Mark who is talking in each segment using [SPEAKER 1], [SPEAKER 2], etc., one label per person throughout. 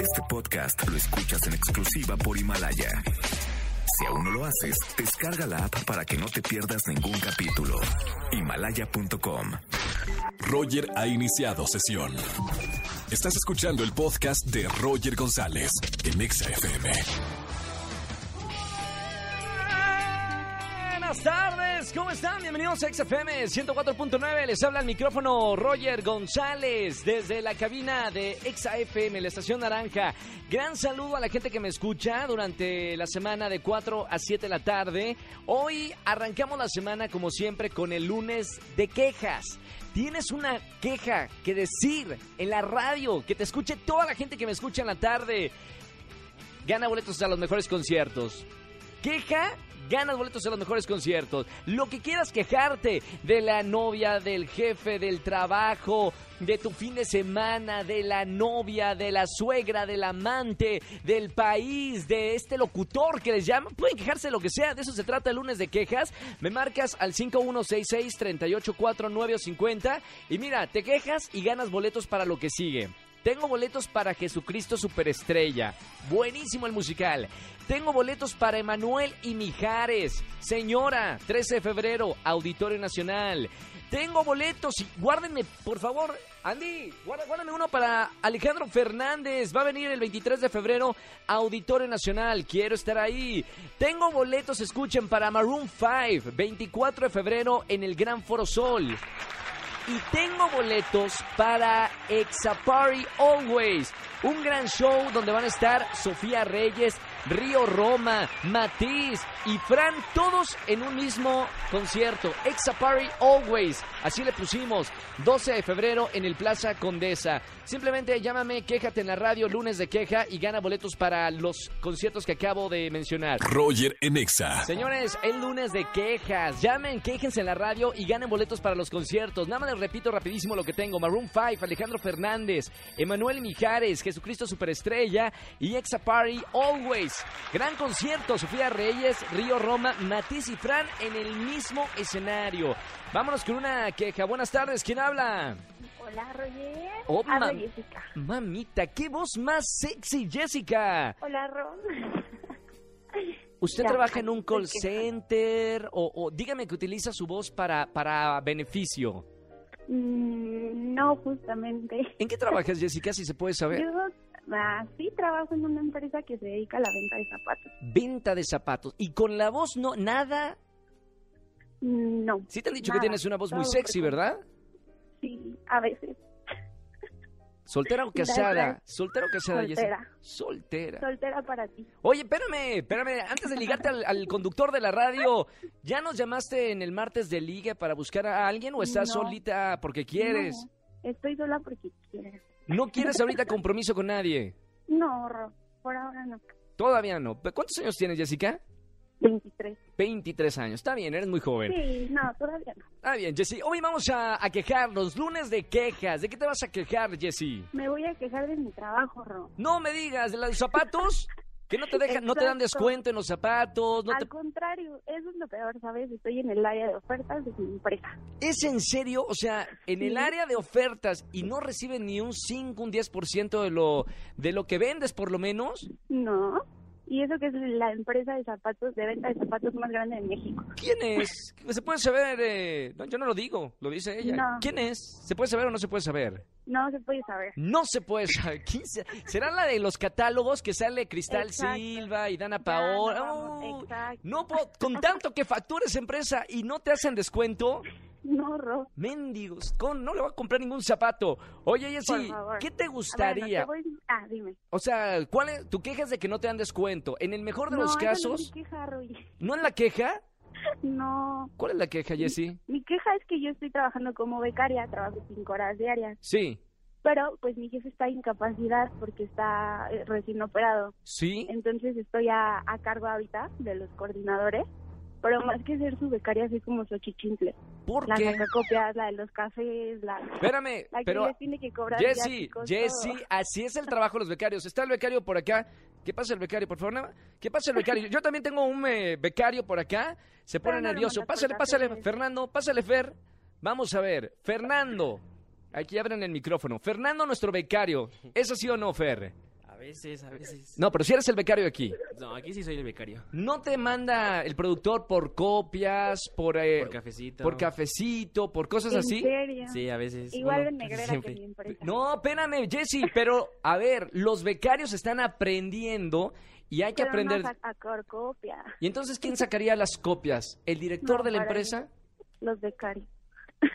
[SPEAKER 1] Este podcast lo escuchas en exclusiva por Himalaya. Si aún no lo haces, descarga la app para que no te pierdas ningún capítulo. Himalaya.com.
[SPEAKER 2] Roger ha iniciado sesión. Estás escuchando el podcast de Roger González en Exa FM.
[SPEAKER 3] Buenas tardes, ¿cómo están? Bienvenidos a XFM 104.9. Les habla el micrófono Roger González desde la cabina de XFM, la estación naranja. Gran saludo a la gente que me escucha durante la semana de 4 a 7 de la tarde. Hoy arrancamos la semana, como siempre, con el lunes de quejas. ¿Tienes una queja que decir en la radio? Que te escuche toda la gente que me escucha en la tarde. Gana boletos a los mejores conciertos. Queja ganas boletos a los mejores conciertos. Lo que quieras quejarte de la novia, del jefe, del trabajo, de tu fin de semana, de la novia, de la suegra, del amante, del país, de este locutor que les llama. Pueden quejarse de lo que sea, de eso se trata el lunes de quejas. Me marcas al 5166-384950 y mira, te quejas y ganas boletos para lo que sigue. Tengo boletos para Jesucristo Superestrella. Buenísimo el musical. Tengo boletos para Emanuel y Mijares. Señora, 13 de febrero, Auditorio Nacional. Tengo boletos y guárdenme, por favor, Andy, guarda- guárdame uno para Alejandro Fernández. Va a venir el 23 de febrero a Auditorio Nacional. Quiero estar ahí. Tengo boletos, escuchen, para Maroon 5, 24 de febrero en el Gran Foro Sol. Y tengo boletos para Exapari Always, un gran show donde van a estar Sofía Reyes, Río Roma, Matiz y Fran, todos en un mismo concierto. Exapari Always, así le pusimos, 12 de febrero en el Plaza Condesa. Simplemente llámame, quéjate en la radio, lunes de queja y gana boletos para los conciertos que acabo de mencionar.
[SPEAKER 2] Roger en Exa.
[SPEAKER 3] Señores, el lunes de quejas. Llamen, quéjense en la radio y ganen boletos para los conciertos. Nada más les repito rapidísimo lo que tengo. Maroon 5, Alejandro Fernández, Emanuel Mijares, Jesucristo Superestrella y Exapari Always. Gran concierto, Sofía Reyes, Río Roma, Matiz y Fran en el mismo escenario. Vámonos con una queja. Buenas tardes, ¿quién habla?
[SPEAKER 4] Hola, Roger.
[SPEAKER 3] Oh,
[SPEAKER 4] Habla
[SPEAKER 3] mam-
[SPEAKER 4] Jessica.
[SPEAKER 3] Mamita, qué voz más sexy, Jessica.
[SPEAKER 4] Hola, Ron.
[SPEAKER 3] ¿Usted
[SPEAKER 4] Ya,
[SPEAKER 3] trabaja en un
[SPEAKER 4] estoy
[SPEAKER 3] call
[SPEAKER 4] quejando.
[SPEAKER 3] center o, o dígame que utiliza su voz para, para beneficio?
[SPEAKER 4] Mm, no, justamente.
[SPEAKER 3] ¿En qué trabajas, Jessica, si se puede saber?
[SPEAKER 4] Yo ah, sí trabajo en una empresa que se dedica a la venta de zapatos.
[SPEAKER 3] Venta de zapatos. Y con la voz no, nada.
[SPEAKER 4] Mm, No,
[SPEAKER 3] Sí te han dicho que
[SPEAKER 4] Nada,
[SPEAKER 3] tienes una voz muy
[SPEAKER 4] todo
[SPEAKER 3] sexy,
[SPEAKER 4] perfecto.
[SPEAKER 3] ¿verdad?
[SPEAKER 4] sí, a veces.
[SPEAKER 3] ¿Soltera o casada?
[SPEAKER 4] Gracias.
[SPEAKER 3] ¿Soltera o casada,
[SPEAKER 4] Soltera.
[SPEAKER 3] Jessica? Soltera.
[SPEAKER 4] Soltera para ti.
[SPEAKER 3] Oye, espérame, espérame. Antes de ligarte al, al conductor de la radio, ¿ya nos llamaste en el martes de liga para buscar a alguien o estás
[SPEAKER 4] No.
[SPEAKER 3] solita porque quieres?
[SPEAKER 4] No, estoy sola porque quieres.
[SPEAKER 3] ¿No quieres ahorita compromiso con nadie?
[SPEAKER 4] No, Ron, por ahora no.
[SPEAKER 3] Todavía no. ¿Cuántos años tienes, Jessica?
[SPEAKER 4] 23.
[SPEAKER 3] 23 años. Está bien, eres muy joven.
[SPEAKER 4] Sí, no, todavía no.
[SPEAKER 3] Está bien, Jessy. Hoy vamos a, a quejarnos. Lunes de quejas. ¿De qué te vas a quejar, Jessy?
[SPEAKER 4] Me voy a quejar de mi trabajo, Ron.
[SPEAKER 3] No me digas, ¿de los zapatos? Que no te dejan, no te dan
[SPEAKER 4] Exacto.
[SPEAKER 3] descuento en los zapatos. No
[SPEAKER 4] Al
[SPEAKER 3] te...
[SPEAKER 4] contrario, eso es lo peor, ¿sabes? Estoy en el área de ofertas de mi empresa.
[SPEAKER 3] ¿Es en serio? O sea, en el
[SPEAKER 4] Sí.
[SPEAKER 3] área de ofertas y no reciben ni un 5, un 10% de lo, de lo que vendes, por lo menos.
[SPEAKER 4] No. Y eso que es la empresa de zapatos, de venta de zapatos más grande de México.
[SPEAKER 3] ¿Quién es? ¿Se puede saber? eh? No, yo no lo digo, lo dice ella.
[SPEAKER 4] No.
[SPEAKER 3] ¿Quién es? ¿Se puede saber o no se puede saber?
[SPEAKER 4] No se puede saber.
[SPEAKER 3] No se puede saber. ¿Quién se- ¿Será la de los catálogos que sale Cristal
[SPEAKER 4] Exacto.
[SPEAKER 3] Silva y Dana
[SPEAKER 4] Ya,
[SPEAKER 3] Paola?
[SPEAKER 4] no vamos,
[SPEAKER 3] Uy,
[SPEAKER 4] exacto.
[SPEAKER 3] no puedo- con tanto que factures empresa y no te hacen descuento,
[SPEAKER 4] No, Ro.
[SPEAKER 3] mendigos, con, no le voy a comprar ningún zapato. Oye, Jessy,
[SPEAKER 4] Por favor.
[SPEAKER 3] ¿qué te
[SPEAKER 4] Bueno,
[SPEAKER 3] gustaría?
[SPEAKER 4] te voy- Ah, dime.
[SPEAKER 3] O sea, ¿cuál es, tu queja es de que no te dan descuento. En el mejor de
[SPEAKER 4] no,
[SPEAKER 3] los
[SPEAKER 4] esa
[SPEAKER 3] casos,
[SPEAKER 4] No, es mi queja, Roy.
[SPEAKER 3] ¿no es la queja?
[SPEAKER 4] No.
[SPEAKER 3] ¿Cuál es la queja, Jessy?
[SPEAKER 4] Mi queja es que yo estoy trabajando como becaria, trabajo cinco horas diarias.
[SPEAKER 3] Sí,
[SPEAKER 4] Pero, pues, mi jefe está en incapacidad porque está eh, recién operado.
[SPEAKER 3] sí.
[SPEAKER 4] Entonces, estoy a, a cargo ahorita de los coordinadores. Pero más que ser su becaria, soy como su chichincle.
[SPEAKER 3] ¿Por
[SPEAKER 4] Las
[SPEAKER 3] qué?
[SPEAKER 4] sacacopias, la de los cafés, la...
[SPEAKER 3] Espérame,
[SPEAKER 4] la que
[SPEAKER 3] pero
[SPEAKER 4] les tiene que cobrar
[SPEAKER 3] Jessy,
[SPEAKER 4] viáticos,
[SPEAKER 3] Jessy,
[SPEAKER 4] todo.
[SPEAKER 3] así es el trabajo de los becarios. Está el becario por acá. ¿Qué pasa el becario, por favor? nada más. ¿Qué pasa el becario? Yo también tengo un eh, becario por acá. Se pone
[SPEAKER 4] Pero no lo
[SPEAKER 3] nervioso.
[SPEAKER 4] mandas
[SPEAKER 3] Pásale,
[SPEAKER 4] por
[SPEAKER 3] pásale,
[SPEAKER 4] papeles.
[SPEAKER 3] Fernando, pásale, Fer. Vamos a ver, Fernando. Aquí abren el micrófono. Fernando, nuestro becario. ¿Es así o no, Fer?
[SPEAKER 5] A veces, a veces.
[SPEAKER 3] No, pero si eres el becario aquí,
[SPEAKER 5] No, aquí sí soy el becario.
[SPEAKER 3] ¿no te manda el productor por copias, por, eh,
[SPEAKER 5] Por cafecito.
[SPEAKER 3] por cafecito, por cosas
[SPEAKER 6] ¿En
[SPEAKER 3] así?
[SPEAKER 6] serio?
[SPEAKER 5] Sí, a veces.
[SPEAKER 6] Igual
[SPEAKER 5] Bueno,
[SPEAKER 6] en
[SPEAKER 5] casi
[SPEAKER 6] negrera
[SPEAKER 5] siempre.
[SPEAKER 6] que en mi empresa.
[SPEAKER 3] pues, No, espérame, Jesse, pero a ver, los becarios están aprendiendo y hay que
[SPEAKER 6] Pero
[SPEAKER 3] aprender.
[SPEAKER 6] No sacar copia,
[SPEAKER 3] ¿Y entonces quién sacaría las copias? ¿El director
[SPEAKER 6] No,
[SPEAKER 3] de la
[SPEAKER 6] para mí.
[SPEAKER 3] empresa?
[SPEAKER 6] los becarios.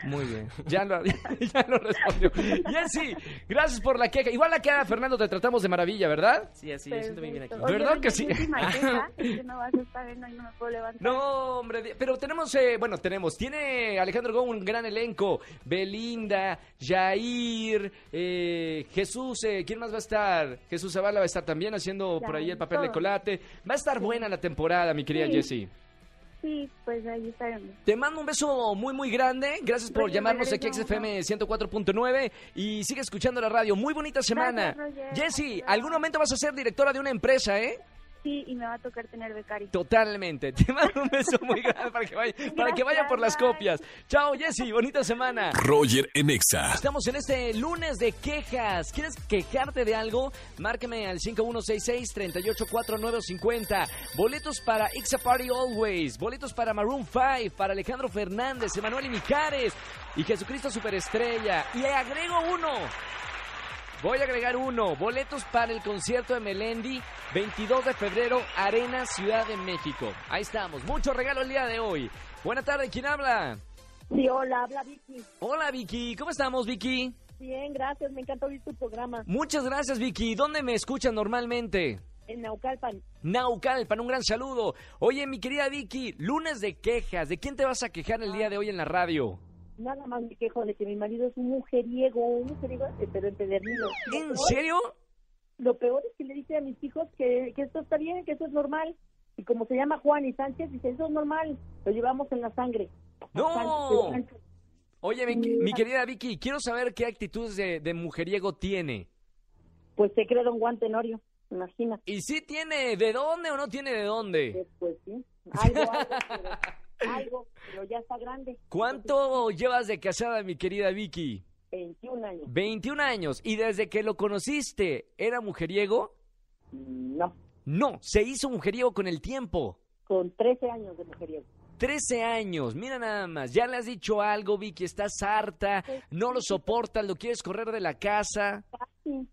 [SPEAKER 3] Muy bien, ya lo, ya lo respondió. Jesse, gracias por la queja. Igual la queja, Fernando, te tratamos de maravilla, ¿verdad?
[SPEAKER 5] Sí, así, yo siento muy bien aquí.
[SPEAKER 6] Perfecto. Oye,
[SPEAKER 3] ¿Verdad
[SPEAKER 6] mi
[SPEAKER 3] que sí?
[SPEAKER 6] última queja es que no vas a estar en hoy, no me puedo levantar.
[SPEAKER 3] No, hombre, di- pero tenemos, eh, bueno, tenemos, tiene Alejandro Gómez un gran elenco, Belinda, Jair, eh, Jesús, eh, ¿quién más va a estar? Jesús Zavala va a estar también haciendo por ahí el papel de
[SPEAKER 6] Todos.
[SPEAKER 3] colate. Va a estar buena la temporada, mi querida
[SPEAKER 6] Sí.
[SPEAKER 3] Jessie.
[SPEAKER 6] Sí, pues ahí estaremos.
[SPEAKER 3] Te mando un beso muy, muy grande. Gracias por
[SPEAKER 6] Roger,
[SPEAKER 3] llamarnos aquí a
[SPEAKER 6] regreso.
[SPEAKER 3] XFM 104.9 y sigue escuchando la radio. Muy bonita semana.
[SPEAKER 6] Roger.
[SPEAKER 3] Jessy,
[SPEAKER 6] Hasta luego.
[SPEAKER 3] algún momento vas a ser directora de una empresa, ¿eh?
[SPEAKER 6] Sí, y me va a tocar tener becario.
[SPEAKER 3] Totalmente. Te mando un beso muy grande para que vaya, para que vaya por las
[SPEAKER 6] Gracias, bye.
[SPEAKER 3] copias. Chao, Jessy. Bonita semana.
[SPEAKER 2] Roger en Exa.
[SPEAKER 3] Estamos en este lunes de quejas. ¿Quieres quejarte de algo? Márcame al 5166-384950. Boletos para Ixa Party Always. Boletos para Maroon 5, para Alejandro Fernández, Emanuel y Mijares y Jesucristo Superestrella. Y agrego uno. Voy a agregar uno. Boletos para el concierto de Melendi, 22 de febrero, Arena, Ciudad de México. Ahí estamos. Mucho regalo el día de hoy. Buena tarde. ¿Quién habla?
[SPEAKER 4] Sí, hola, habla Vicky.
[SPEAKER 3] Hola, Vicky. ¿Cómo estamos, Vicky?
[SPEAKER 4] Bien, gracias, me encanta oír tu programa
[SPEAKER 3] Muchas gracias, Vicky. ¿Dónde me escuchan normalmente?
[SPEAKER 4] en Naucalpan.
[SPEAKER 3] Naucalpan, un gran saludo. Oye, mi querida Vicky, lunes de quejas. ¿De quién te vas a quejar el día de hoy en la radio?
[SPEAKER 4] Nada más me quejo de que mi marido es un mujeriego, un mujeriego, eh, pero empedernido. Lo
[SPEAKER 3] ¿En
[SPEAKER 4] peor-
[SPEAKER 3] serio?
[SPEAKER 4] Lo peor es que le dice a mis hijos que, que esto está bien, que eso es normal. Y como se llama Juan y Sánchez, dice, eso es normal, lo llevamos en la sangre.
[SPEAKER 3] ¡No!
[SPEAKER 4] Sánchez, Sánchez.
[SPEAKER 3] Oye, mi, mi querida Vicky, quiero saber qué actitudes de, de mujeriego tiene.
[SPEAKER 4] Pues se cree Don Juan Tenorio, imagina.
[SPEAKER 3] ¿Y si tiene de dónde o no tiene de dónde?
[SPEAKER 4] Pues, pues sí, algo, algo, pero, algo, pero ya está grande.
[SPEAKER 3] ¿Cuánto llevas de casada, mi querida Vicky?
[SPEAKER 4] 21 años.
[SPEAKER 3] 21 años. ¿Y desde que lo conociste, era mujeriego?
[SPEAKER 4] No,
[SPEAKER 3] No, se hizo mujeriego con el tiempo.
[SPEAKER 4] con 13 años de mujeriego.
[SPEAKER 3] 13 años, mira nada más, ya le has dicho algo, Vicky, estás harta, no lo soportas, lo quieres correr de la casa.
[SPEAKER 4] Casi.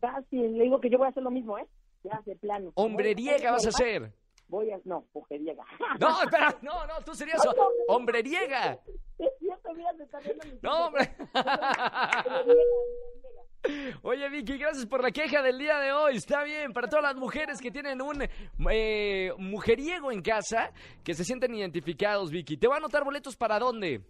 [SPEAKER 4] Casi. Le digo que yo voy a hacer lo mismo, ¿eh? Ya, de plano.
[SPEAKER 3] Hombreriega vas a
[SPEAKER 4] hacer?
[SPEAKER 3] ser.
[SPEAKER 4] Voy a... No, mujeriega.
[SPEAKER 3] No, espera, no, no, tú serías ho- hombreriega.
[SPEAKER 4] Es cierto, mira, se está viendo mi
[SPEAKER 3] No, hombre.
[SPEAKER 4] Hombreriega.
[SPEAKER 3] Oye, Vicky, gracias por la queja del día de hoy. Está bien, para todas las mujeres que tienen un eh, mujeriego en casa, que se sienten identificados, Vicky. ¿Te va a anotar boletos para dónde?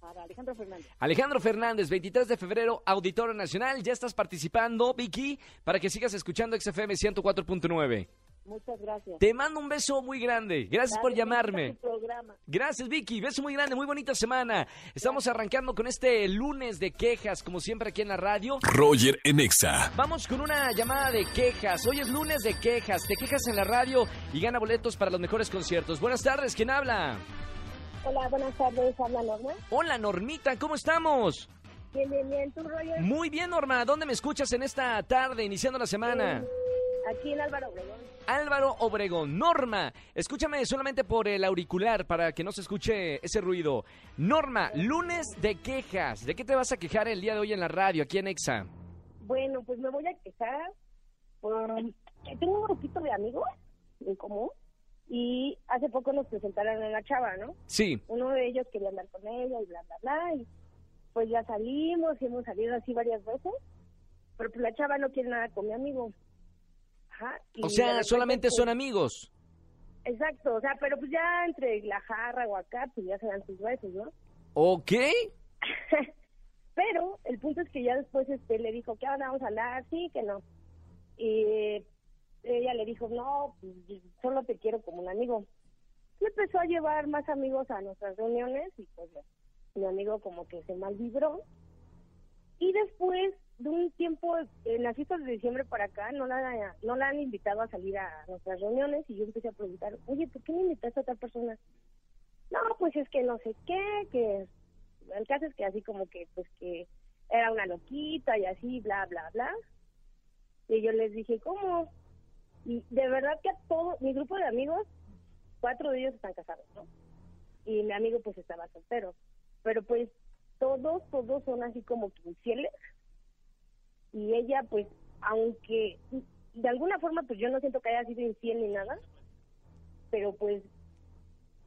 [SPEAKER 4] Para Alejandro Fernández.
[SPEAKER 3] Alejandro Fernández, 23 de febrero, Auditorio Nacional. Ya estás participando, Vicky, para que sigas escuchando XFM 104.9.
[SPEAKER 4] Muchas gracias.
[SPEAKER 3] Te mando un beso muy grande. Gracias por
[SPEAKER 4] Dale, me encanta
[SPEAKER 3] llamarme.
[SPEAKER 4] tu programa.
[SPEAKER 3] Gracias, Vicky. Beso muy grande, muy bonita semana. Estamos arrancando con este lunes de quejas, como siempre aquí en la radio.
[SPEAKER 2] Roger en Exa.
[SPEAKER 3] Vamos con una llamada de quejas. Hoy es lunes de quejas. Te quejas en la radio y gana boletos para los mejores conciertos. Buenas tardes, ¿quién habla?
[SPEAKER 4] Hola, buenas tardes. Habla Norma.
[SPEAKER 3] Hola, Normita, ¿cómo estamos?
[SPEAKER 4] Bien, bien, bien. ¿Tú, Roger?
[SPEAKER 3] Muy bien, Norma. ¿Dónde me escuchas en esta tarde, iniciando la semana?
[SPEAKER 4] Aquí en Álvaro Obregón.
[SPEAKER 3] Álvaro Obregón. Norma, escúchame solamente por el auricular para que no se escuche ese ruido. Norma, lunes de quejas. ¿De qué te vas a quejar el día de hoy en la radio, aquí en Exa?
[SPEAKER 4] Bueno, pues me voy a quejar. por- que tengo un grupito de amigos en común y hace poco nos presentaron a una chava, ¿no?
[SPEAKER 3] Sí.
[SPEAKER 4] Uno de ellos quería andar con ella y bla, bla, bla. Y pues ya salimos y hemos salido así varias veces, pero pues la chava no quiere nada con mi amigo. Ajá, y
[SPEAKER 3] O
[SPEAKER 4] de
[SPEAKER 3] sea,
[SPEAKER 4] repente,
[SPEAKER 3] solamente
[SPEAKER 4] pues,
[SPEAKER 3] son amigos.
[SPEAKER 4] Exacto, o sea, pero pues ya entre la jarra o acá, pues ya se dan sus besos, ¿no?
[SPEAKER 3] ¿Ok?
[SPEAKER 4] Pero el punto es que ya después este le dijo, ¿qué ahora vamos a hablar? Sí, que no. Y ella le dijo, no, pues, solo te quiero como un amigo. Y empezó a llevar más amigos a nuestras reuniones y pues ya, mi amigo como que se malvibró. Y después de un tiempo, en las fiestas de diciembre para acá, no la, no la han invitado a salir a nuestras reuniones y yo empecé a preguntar, oye, ¿por qué no invitaste a otra persona? No, pues es que no sé qué, que el caso es que así como que pues que era una loquita y así bla bla bla Y yo les dije, ¿cómo? Y de verdad que a todo, mi grupo de amigos, cuatro de ellos están casados, ¿no? Y mi amigo pues estaba soltero. Pero pues todos, todos son así como que infieles. Y ella pues, aunque de alguna forma pues yo no siento que haya sido infiel ni nada, pero pues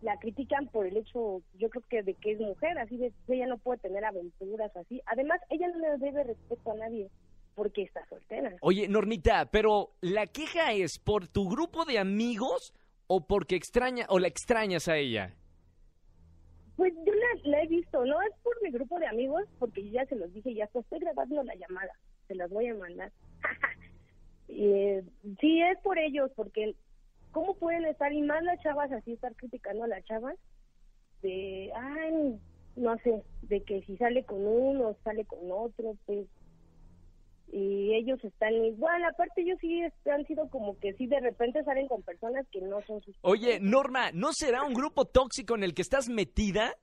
[SPEAKER 4] la critican por el hecho, yo creo que de que es mujer, así de ella no puede tener aventuras así. Además, ella no le debe respeto a nadie porque está soltera.
[SPEAKER 3] Oye, Normita, pero la queja es por tu grupo de amigos o porque extraña o la extrañas a ella.
[SPEAKER 4] Pues yo la, la he visto, no es por mi grupo de amigos, porque yo ya se los dije, ya hasta estoy grabando la llamada, se las voy a mandar. Y, eh, sí, es por ellos, porque ¿cómo pueden estar, y más las chavas, así estar criticando a las chavas? De, ay, no sé, de que si sale con uno, sale con otro, pues. Y ellos están igual, aparte ellos sí es- han sido como que sí de repente salen con personas que no son sus...
[SPEAKER 3] Oye, Norma, ¿no será un grupo tóxico en el que estás metida?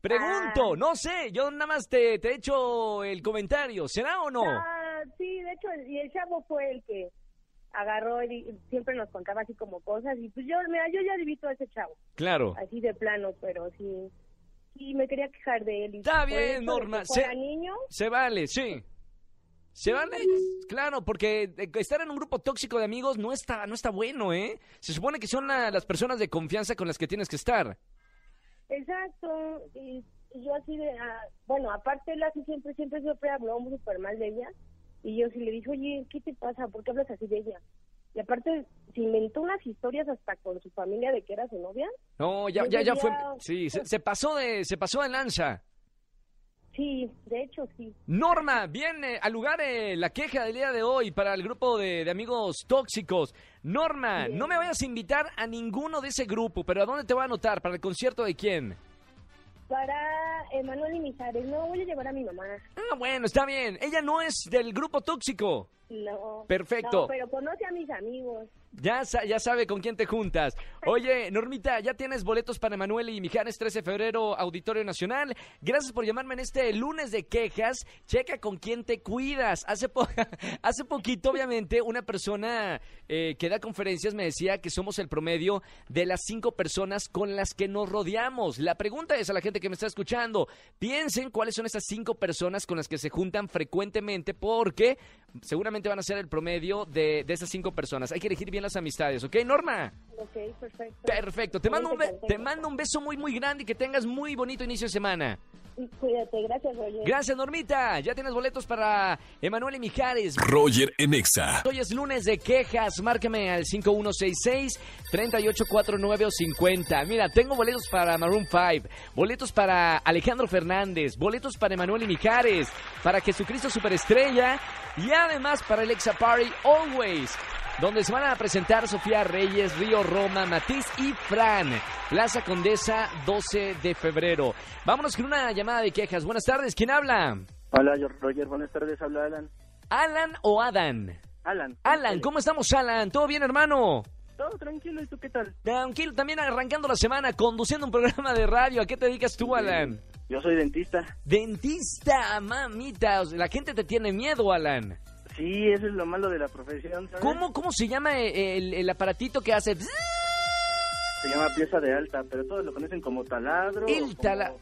[SPEAKER 3] Pregunto, no sé, yo nada más te, te hecho el comentario, ¿será o no?
[SPEAKER 4] Ah, sí, de hecho, y el chavo fue el que agarró y siempre nos contaba así como cosas. Y pues yo, mira, yo ya he visto a ese chavo,
[SPEAKER 3] Claro.
[SPEAKER 4] así de plano, pero sí. Sí, me quería quejar de él. y
[SPEAKER 3] Está
[SPEAKER 4] por
[SPEAKER 3] bien,
[SPEAKER 4] eso de
[SPEAKER 3] Norma,
[SPEAKER 4] Que fuera
[SPEAKER 3] se-
[SPEAKER 4] niño,
[SPEAKER 3] Se vale, sí. Se vale, claro, porque eh, estar en un grupo tóxico de amigos no está, no está bueno, ¿eh? Se supone que son la- las personas de confianza con las que tienes que estar.
[SPEAKER 4] exacto. Y yo así de. ah, bueno, aparte, él así siempre, siempre, siempre hablábamos súper mal de ella. Y yo sí le dije, oye, ¿qué te pasa? ¿Por qué hablas así de ella? Y aparte, se inventó unas historias hasta con su familia de que era su novia.
[SPEAKER 3] No, ya, ya, ya fue.
[SPEAKER 4] Ya.
[SPEAKER 3] Sí, se, se pasó de, se pasó de lanza.
[SPEAKER 4] Sí, de hecho, sí.
[SPEAKER 3] Norma, viene al lugar eh, la queja del día de hoy para el grupo de, de amigos tóxicos. Norma, no me vayas a invitar a ninguno de ese grupo, pero ¿a dónde te voy a anotar? ¿Para el concierto de quién?
[SPEAKER 4] Para Emanuel y Mijares, no voy a llevar a mi mamá.
[SPEAKER 3] Ah, bueno, está bien. Ella no es del grupo tóxico.
[SPEAKER 4] No.
[SPEAKER 3] Perfecto.
[SPEAKER 4] No, pero conoce a mis amigos.
[SPEAKER 3] Ya, sa- ya sabe con quién te juntas. Oye, Normita, ya tienes boletos para Manuel y Mijares, 13 de febrero, Auditorio Nacional. Gracias por llamarme en este lunes de quejas. Checa con quién te cuidas. Hace, po- hace poquito, obviamente, una persona eh, que da conferencias me decía que somos el promedio de las cinco personas con las que nos rodeamos. La pregunta es a la gente que me está escuchando, piensen cuáles son esas cinco personas con las que se juntan frecuentemente porque seguramente van a ser el promedio de, de esas cinco personas. Hay que elegir bien las amistades, ¿ok, Norma?
[SPEAKER 4] Ok, perfecto.
[SPEAKER 3] Perfecto. Te mando un, be-
[SPEAKER 4] Ahorita
[SPEAKER 3] te
[SPEAKER 4] contesto.
[SPEAKER 3] mando un beso muy, muy grande y que tengas muy bonito inicio de semana.
[SPEAKER 4] Cuídate, gracias, Roger.
[SPEAKER 3] Gracias, Normita. Ya tienes boletos para Emanuel y Mijares.
[SPEAKER 2] Roger en Exa.
[SPEAKER 3] Hoy es lunes de quejas, márcame al 5166-3849 o 50. Mira, tengo boletos para Maroon 5, boletos para Alejandro Fernández, boletos para Emanuel y Mijares, para Jesucristo Superestrella y además para el Exa Party Always, donde se van a presentar Sofía Reyes, Río Roma, Matiz y Fran. Plaza Condesa, 12 de febrero. Vámonos con una llamada de quejas. Buenas tardes, ¿quién habla?
[SPEAKER 7] Hola, yo- Roger, buenas tardes, habla Alan.
[SPEAKER 3] ¿Alan o Adan?
[SPEAKER 7] Alan.
[SPEAKER 3] Alan, ¿cómo estamos, Alan? ¿Todo bien, hermano?
[SPEAKER 7] Todo tranquilo, ¿y tú qué tal?
[SPEAKER 3] Tranquilo, también arrancando la semana, conduciendo un programa de radio. ¿A qué te dedicas tú, Alan?
[SPEAKER 7] Yo soy dentista.
[SPEAKER 3] Dentista, mamita. O sea, la gente te tiene miedo, Alan.
[SPEAKER 7] Sí, eso es lo malo de la profesión, ¿sabes?
[SPEAKER 3] ¿Cómo, cómo se llama e- el, el aparatito que hace?
[SPEAKER 7] Se llama pieza de alta, pero todos lo conocen como taladro.
[SPEAKER 3] El
[SPEAKER 7] o como,
[SPEAKER 3] tala-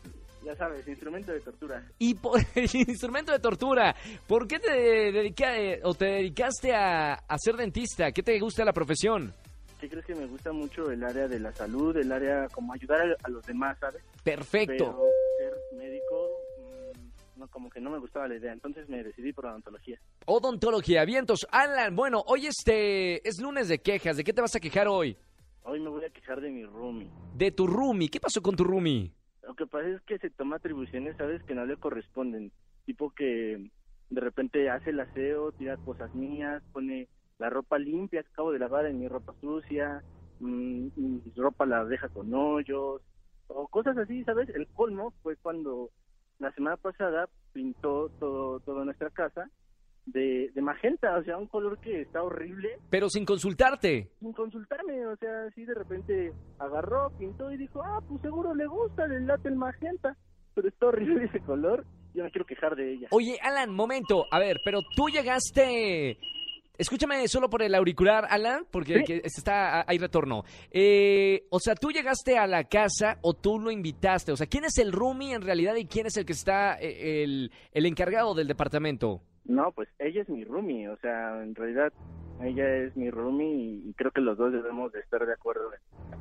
[SPEAKER 7] Ya sabes, instrumento de tortura.
[SPEAKER 3] Y por el instrumento de tortura. ¿Por qué te dedica, eh, o te dedicaste a, a ser dentista? ¿Qué te gusta la profesión?
[SPEAKER 7] Sí, creo que me gusta mucho el área de la salud, el área como ayudar a, a los demás, ¿sabes?
[SPEAKER 3] Perfecto.
[SPEAKER 7] Pero ser médico, mm, no, como que no me gustaba la idea, entonces me decidí por odontología.
[SPEAKER 3] Odontología, vientos. Alan, bueno, hoy este es lunes de quejas. ¿De qué te vas a quejar hoy?
[SPEAKER 7] Hoy me voy a quejar de mi roomie.
[SPEAKER 3] De tu roomie. ¿Qué pasó con tu roomie?
[SPEAKER 7] Lo que pasa es que se toma atribuciones, ¿sabes? Que no le corresponden. Tipo que de repente hace el aseo, tira cosas mías, pone la ropa limpia que acabo de lavar en mi ropa sucia, mm, mi ropa la deja con hoyos, o cosas así, ¿sabes? El colmo fue cuando la semana pasada pintó todo, toda nuestra casa de, de magenta, o sea, un color que está horrible
[SPEAKER 3] Pero sin consultarte.
[SPEAKER 7] sin consultarme, o sea, así de repente agarró, pintó y dijo, ah, pues seguro le gusta, le late el magenta, pero está horrible ese color yo me quiero quejar de ella.
[SPEAKER 3] Oye, Alan, momento. A ver, pero tú llegaste. Escúchame solo por el auricular, Alan, porque
[SPEAKER 7] Sí.
[SPEAKER 3] que está hay retorno. Eh, o sea, tú llegaste a la casa o tú lo invitaste. O sea, ¿quién es el roomie en realidad y quién es el que está eh, el, el encargado del departamento?
[SPEAKER 7] No, pues ella es mi roomie, o sea, en realidad ella es mi roomie y, y creo que los dos debemos de estar de acuerdo en,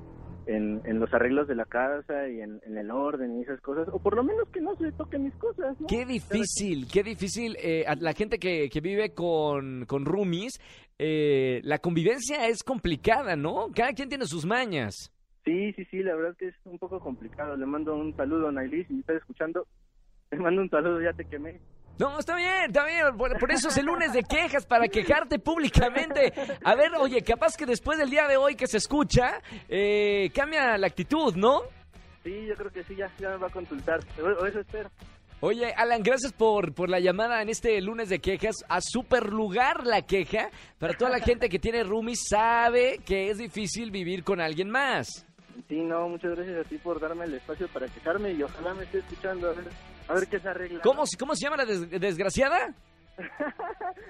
[SPEAKER 7] en- en los arreglos de la casa y en, en el orden y esas cosas, o por lo menos que no se toquen mis cosas, ¿no?
[SPEAKER 3] Qué difícil, qué difícil. eh, a la gente que, que vive con, con roomies, eh, la convivencia es complicada, ¿no? Cada quien tiene sus mañas.
[SPEAKER 7] Sí, sí, sí, la verdad es que es un poco complicado. Le mando un saludo a Nailis, si me estás escuchando, le mando un saludo, ya te quemé.
[SPEAKER 3] No, está bien, está bien. Por, por eso es el lunes de quejas, para quejarte públicamente. A ver, oye, capaz que después del día de hoy que se escucha, eh, cambia la actitud, ¿no?
[SPEAKER 7] Sí, yo creo que sí, ya, ya me va a consultar, o, o eso espero.
[SPEAKER 3] Oye, Alan, gracias por, por la llamada en este lunes de quejas. A superlugar la queja. Para toda la gente que tiene roomies sabe que es difícil vivir con alguien más.
[SPEAKER 7] Sí, no, muchas gracias a ti por darme el espacio para quejarme y ojalá me esté escuchando, a ver, a ver qué se arregla.
[SPEAKER 3] ¿Cómo, se- cómo se llama la des- desgraciada?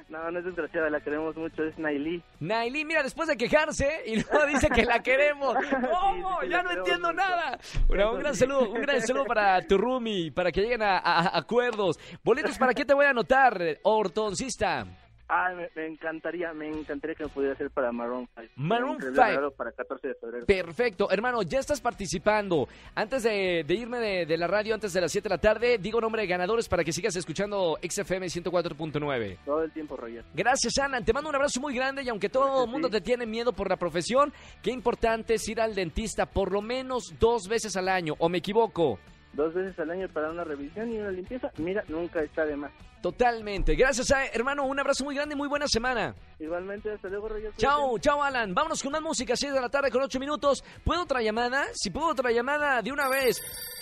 [SPEAKER 7] No, no es desgraciada, la queremos mucho, es Nailí.
[SPEAKER 3] Nailí, mira, después de quejarse y luego dice que la queremos. ¿Cómo?
[SPEAKER 7] Sí, sí,
[SPEAKER 3] ya
[SPEAKER 7] la
[SPEAKER 3] no
[SPEAKER 7] queremos
[SPEAKER 3] entiendo
[SPEAKER 7] mucho.
[SPEAKER 3] nada. Bueno, un
[SPEAKER 7] Eso
[SPEAKER 3] gran
[SPEAKER 7] sí.
[SPEAKER 3] saludo, un gran saludo para tu roomie, para que lleguen a, a- a acuerdos. Boletos, ¿para qué te voy a anotar, ortoncista?
[SPEAKER 7] Ah, me, me encantaría, me encantaría que me pudiera hacer para Maroon 5.
[SPEAKER 3] Maroon
[SPEAKER 7] Un
[SPEAKER 3] 5.
[SPEAKER 7] regalo Para 14 de febrero.
[SPEAKER 3] Perfecto, hermano, ya estás participando. Antes de, de irme de, de la radio, antes de las 7 de la tarde, digo nombre de ganadores para que sigas escuchando XFM 104.9.
[SPEAKER 7] Todo el tiempo, Roger.
[SPEAKER 3] Gracias, Alan. Te mando un abrazo muy grande y aunque todo el mundo te tiene miedo por la profesión, qué importante es ir al dentista por lo menos dos veces al año, o me equivoco.
[SPEAKER 7] Dos veces al año para una revisión y una limpieza. Mira, nunca está de más.
[SPEAKER 3] Totalmente. Gracias, a- hermano. Un abrazo muy grande y muy buena semana.
[SPEAKER 7] Igualmente, hasta luego, Roger.
[SPEAKER 3] Chao, chao, Alan. Vámonos con más música. 6 de la tarde con 8 minutos. ¿Puedo otra llamada? Si puedo otra llamada, de una vez.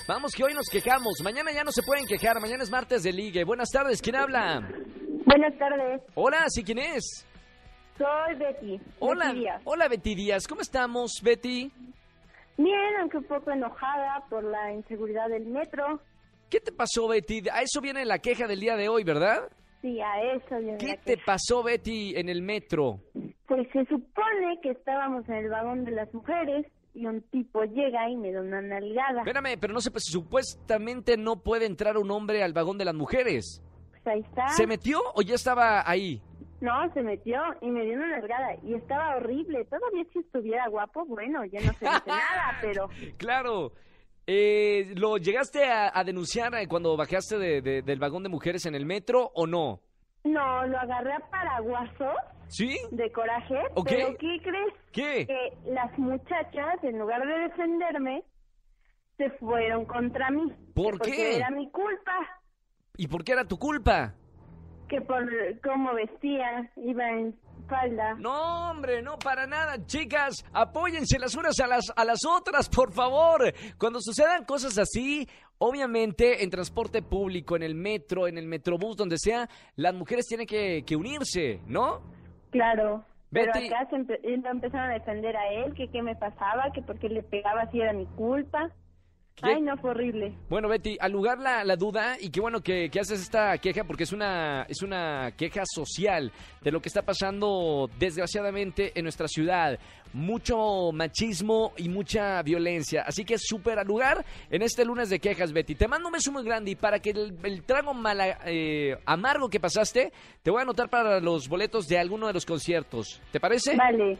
[SPEAKER 3] Vamos, que hoy nos quejamos. Mañana ya no se pueden quejar. Mañana es martes de ligue. Buenas tardes. ¿Quién habla?
[SPEAKER 4] Buenas tardes,
[SPEAKER 3] Hola, ¿sí quién es?
[SPEAKER 4] soy Betty.
[SPEAKER 3] Hola.
[SPEAKER 4] Betty Díaz.
[SPEAKER 3] Hola, Betty Díaz. ¿Cómo estamos, Betty?
[SPEAKER 4] Bien, aunque un poco enojada por la inseguridad del metro.
[SPEAKER 3] ¿Qué te pasó, Betty? A eso viene la queja del día de hoy, ¿verdad?
[SPEAKER 4] Sí, a eso viene
[SPEAKER 3] ¿Qué
[SPEAKER 4] la
[SPEAKER 3] te
[SPEAKER 4] queja.
[SPEAKER 3] pasó, Betty, en el metro?
[SPEAKER 4] Pues se supone que estábamos en el vagón de las mujeres y un tipo llega y me da una nalgada.
[SPEAKER 3] Espérame, pero no sé, pues, supuestamente no puede entrar un hombre al vagón de las mujeres.
[SPEAKER 4] Pues ahí está.
[SPEAKER 3] ¿Se metió o ya estaba ahí?
[SPEAKER 4] No, se metió y me dio una nalgada y estaba horrible. Todavía si estuviera guapo, bueno, ya no se dice nada, pero
[SPEAKER 3] Claro. Eh, ¿Lo llegaste a, a denunciar eh, cuando bajaste de- de- del vagón de mujeres en el metro o no?
[SPEAKER 4] no, lo agarré a paraguasos
[SPEAKER 3] ¿Sí?
[SPEAKER 4] de coraje.
[SPEAKER 3] Ok.
[SPEAKER 4] ¿Pero qué crees?
[SPEAKER 3] ¿Qué?
[SPEAKER 4] que las muchachas, en lugar de defenderme, se fueron contra mí.
[SPEAKER 3] ¿Por
[SPEAKER 4] Porque
[SPEAKER 3] qué?
[SPEAKER 4] era mi culpa,
[SPEAKER 3] ¿Y por qué era tu culpa?
[SPEAKER 4] que por cómo vestía, iba en falda.
[SPEAKER 3] No, hombre, no, para nada. Chicas, apóyense las unas a las, a las otras, por favor. Cuando sucedan cosas así, obviamente en transporte público, en el metro, en el metrobús, donde sea, las mujeres tienen que, que unirse, ¿no?
[SPEAKER 4] Claro.
[SPEAKER 3] Betty.
[SPEAKER 4] Pero acá se empe- eh, lo empezaron a defender a él, que qué me pasaba, que porque le pegaba si era mi culpa.
[SPEAKER 3] ¿Qué?
[SPEAKER 4] Ay, no, fue horrible.
[SPEAKER 3] Bueno, Betty, al lugar la, la duda y qué bueno que, que haces esta queja porque es una, es una queja social de lo que está pasando desgraciadamente en nuestra ciudad. Mucho machismo y mucha violencia. Así que súper al lugar en este lunes de quejas, Betty. Te mando un beso muy grande y para que el, el trago mala- eh, amargo que pasaste, te voy a anotar para los boletos de alguno de los conciertos. ¿Te parece?
[SPEAKER 4] Vale.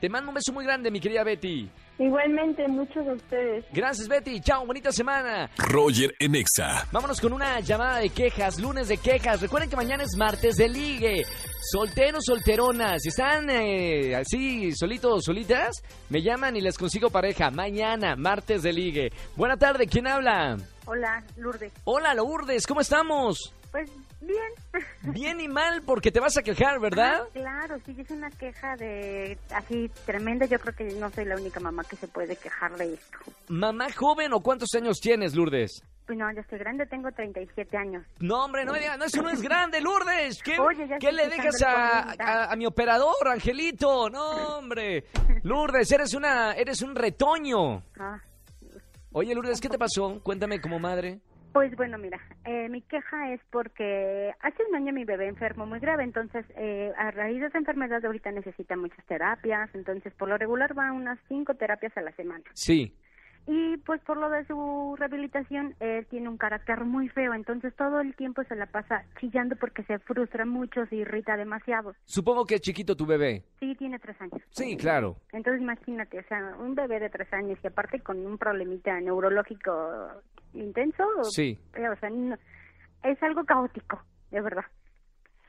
[SPEAKER 3] Te mando un beso muy grande, mi querida Betty.
[SPEAKER 4] Igualmente, muchos de ustedes.
[SPEAKER 3] Gracias, Betty. Chao, bonita semana.
[SPEAKER 2] Roger en Exa.
[SPEAKER 3] Vámonos con una llamada de quejas, lunes de quejas. Recuerden que mañana es martes de ligue. Solteros, solteronas, si están eh, así solitos, solitas, me llaman y les consigo pareja. Mañana, martes de ligue. Buena tarde, ¿quién habla?
[SPEAKER 6] Hola, Lourdes.
[SPEAKER 3] Hola, Lourdes, ¿cómo estamos?
[SPEAKER 6] Pues bien.
[SPEAKER 3] Bien y mal, porque te vas a quejar, ¿verdad?
[SPEAKER 6] Ah, Claro, sí, es una queja de así tremenda. Yo creo que no soy la única mamá que se puede quejar de esto.
[SPEAKER 3] Mamá joven o cuántos años tienes, Lourdes?
[SPEAKER 6] Pues no, yo estoy grande, tengo 37 años.
[SPEAKER 3] No, hombre, no me digas, no, eso no es grande, Lourdes. ¿Qué,
[SPEAKER 6] Oye, ya
[SPEAKER 3] qué
[SPEAKER 6] estoy
[SPEAKER 3] le dejas
[SPEAKER 6] pisando el
[SPEAKER 3] a,
[SPEAKER 6] 40.
[SPEAKER 3] a- a mi operador, Angelito? No, hombre. Lourdes, eres una, eres un retoño.
[SPEAKER 6] Ah,
[SPEAKER 3] Oye, Lourdes, ¿qué te pasó? Cuéntame como madre.
[SPEAKER 6] Pues bueno, mira, eh, mi queja es porque hace un año mi bebé enfermó muy grave, entonces eh, a raíz de esa enfermedad ahorita necesita muchas terapias, entonces por lo regular va a unas cinco terapias a la semana.
[SPEAKER 3] Sí.
[SPEAKER 6] Y pues por lo de su rehabilitación, él tiene un carácter muy feo, entonces todo el tiempo se la pasa chillando porque se frustra mucho, se irrita demasiado.
[SPEAKER 3] Supongo que es chiquito tu bebé.
[SPEAKER 6] Sí, tiene tres años.
[SPEAKER 3] Sí, claro.
[SPEAKER 6] Entonces imagínate, o sea, un bebé de tres años y aparte con un problemita neurológico intenso,
[SPEAKER 3] Sí.
[SPEAKER 6] eh, o sea, no- es algo caótico, de verdad.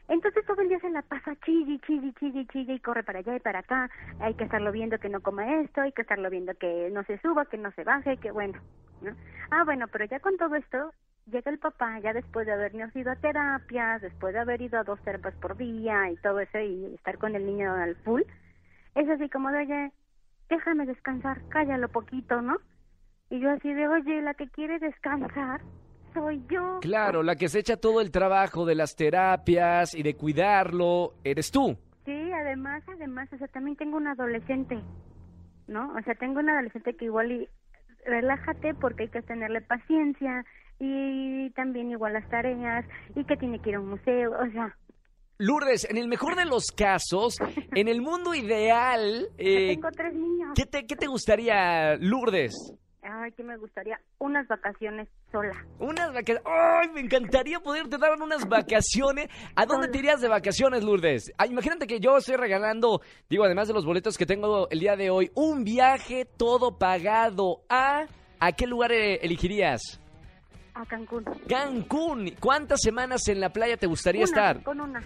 [SPEAKER 6] Entonces todo el día se la pasa chille, chille, chille, chille y corre para allá y para acá. Hay que estarlo viendo que no coma esto, hay que estarlo viendo que no se suba, que no se baje, que bueno. ¿no? Ah, bueno, pero ya con todo esto llega el papá ya después de habernos ido a terapias, después de haber ido a dos terapias por día y todo eso y estar con el niño al full. Es así como de, oye, déjame descansar, cállalo poquito, ¿no? Y yo así de, oye, la que quiere descansar soy yo.
[SPEAKER 3] Claro, la que se echa todo el trabajo de las terapias y de cuidarlo, eres tú.
[SPEAKER 6] Sí, además, además, o sea, también tengo un adolescente, ¿no? O sea, tengo un adolescente que igual y relájate porque hay que tenerle paciencia y también igual las tareas y que tiene que ir a un museo, o sea,
[SPEAKER 3] Lourdes, en el mejor de los casos, en el mundo ideal, eh,
[SPEAKER 6] tengo tres niños.
[SPEAKER 3] ¿qué, te, qué te gustaría, Lourdes?
[SPEAKER 6] Ay, que me gustaría unas vacaciones sola.
[SPEAKER 3] Unas vacaciones. ¡Ay! Me encantaría poderte dar unas vacaciones. ¿A dónde te irías de vacaciones, Lourdes? Ah, imagínate que yo estoy regalando, digo, además de los boletos que tengo el día de hoy, un viaje todo pagado a. ¿A qué lugar eh, elegirías?
[SPEAKER 6] A Cancún.
[SPEAKER 3] Cancún. ¿Cuántas semanas en la playa te gustaría
[SPEAKER 6] Una,
[SPEAKER 3] estar?
[SPEAKER 6] Con una.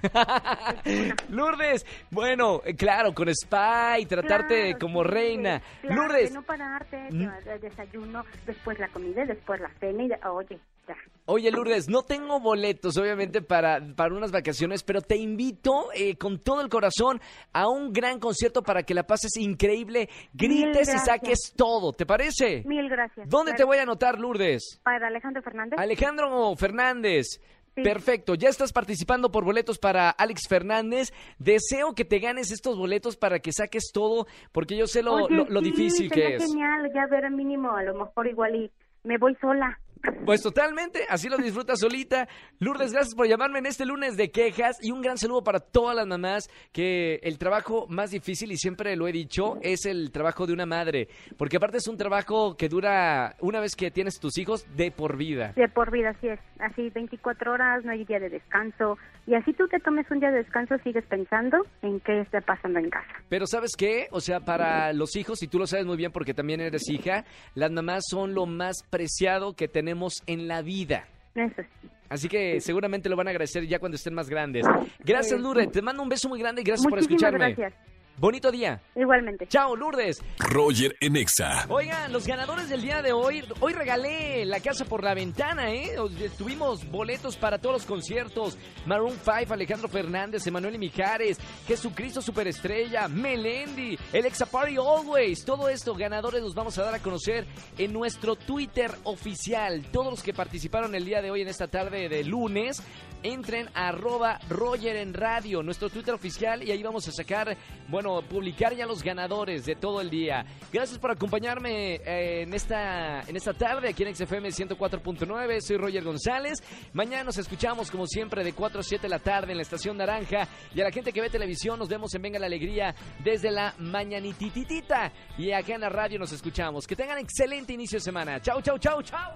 [SPEAKER 3] Lourdes, bueno, eh, claro, con spa y tratarte
[SPEAKER 6] Claro,
[SPEAKER 3] como
[SPEAKER 6] sí,
[SPEAKER 3] reina.
[SPEAKER 6] claro,
[SPEAKER 3] Lourdes,
[SPEAKER 6] de no pararte,
[SPEAKER 3] Mm.
[SPEAKER 6] te- el desayuno, después la comida, y después la cena y de- oye, ya.
[SPEAKER 3] Oye, Lourdes, no tengo boletos, obviamente, para, para unas vacaciones, pero te invito eh, con todo el corazón a un gran concierto para que la pases increíble, grites y
[SPEAKER 6] gracias.
[SPEAKER 3] saques todo, ¿te parece?
[SPEAKER 6] Mil gracias.
[SPEAKER 3] ¿Dónde te
[SPEAKER 6] Claro.
[SPEAKER 3] voy a anotar, Lourdes?
[SPEAKER 6] Para Alejandro Fernández.
[SPEAKER 3] Alejandro Fernández.
[SPEAKER 6] Sí.
[SPEAKER 3] Perfecto, ya estás participando por boletos para Alex Fernández. Deseo que te ganes estos boletos para que saques todo, porque yo sé lo,
[SPEAKER 6] Oye,
[SPEAKER 3] lo- lo
[SPEAKER 6] sí,
[SPEAKER 3] difícil
[SPEAKER 6] sería
[SPEAKER 3] que es.
[SPEAKER 6] genial, ya ver mínimo, a lo mejor igual y me voy sola.
[SPEAKER 3] Pues totalmente, así lo disfruta solita. Lourdes, gracias por llamarme en este lunes de quejas y un gran saludo para todas las mamás que el trabajo más difícil, y siempre lo he dicho, es el trabajo de una madre, porque aparte es un trabajo que dura una vez que tienes tus hijos de por vida.
[SPEAKER 6] De por vida, así es. Así 24 horas, no hay día de descanso. Y así tú te tomes un día de descanso, sigues pensando en qué está pasando en casa.
[SPEAKER 3] Pero ¿sabes qué? O sea, para los hijos, y tú lo sabes muy bien porque también eres hija, las mamás son lo más preciado que tenemos en la vida.
[SPEAKER 6] Eso sí.
[SPEAKER 3] Así que seguramente lo van a agradecer ya cuando estén más grandes. Gracias,
[SPEAKER 6] Pues Sí.
[SPEAKER 3] Lourdes. Te mando un beso muy grande y gracias por
[SPEAKER 6] Muchísimas
[SPEAKER 3] escucharme.
[SPEAKER 6] gracias.
[SPEAKER 3] Bonito día.
[SPEAKER 6] Igualmente.
[SPEAKER 3] Chao, Lourdes.
[SPEAKER 2] Roger en Exa.
[SPEAKER 3] Oigan, los ganadores del día de hoy. Hoy regalé la casa por la ventana, ¿eh? O- eh, Tuvimos boletos para todos los conciertos. Maroon 5, Alejandro Fernández, Emanuel y Mijares, Jesucristo Superestrella, Melendi, el Exa Party Always. Todo esto, ganadores, los vamos a dar a conocer en nuestro Twitter oficial. Todos los que participaron el día de hoy en esta tarde de lunes, entren a arroba Roger en Radio, nuestro Twitter oficial, y ahí vamos a sacar, bueno, publicar ya los ganadores de todo el día. Gracias por acompañarme eh, en, esta, en esta tarde aquí en XFM 104.9. Soy Roger González. Mañana nos escuchamos, como siempre, de 4 a 7 de la tarde en la Estación Naranja. Y a la gente que ve televisión, nos vemos en Venga la Alegría desde la mañanitititita. Y acá en la radio nos escuchamos. Que tengan excelente inicio de semana. Chau, chau, chau, chau.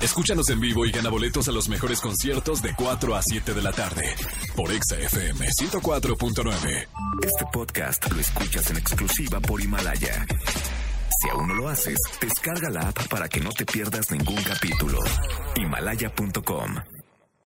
[SPEAKER 2] Escúchanos en vivo y gana boletos a los mejores conciertos de 4 a 7 de la tarde por Exa FM 104.9.
[SPEAKER 1] Este podcast lo escuchas en exclusiva por Himalaya. Si aún no lo haces, descarga la app para que no te pierdas ningún capítulo. Himalaya.com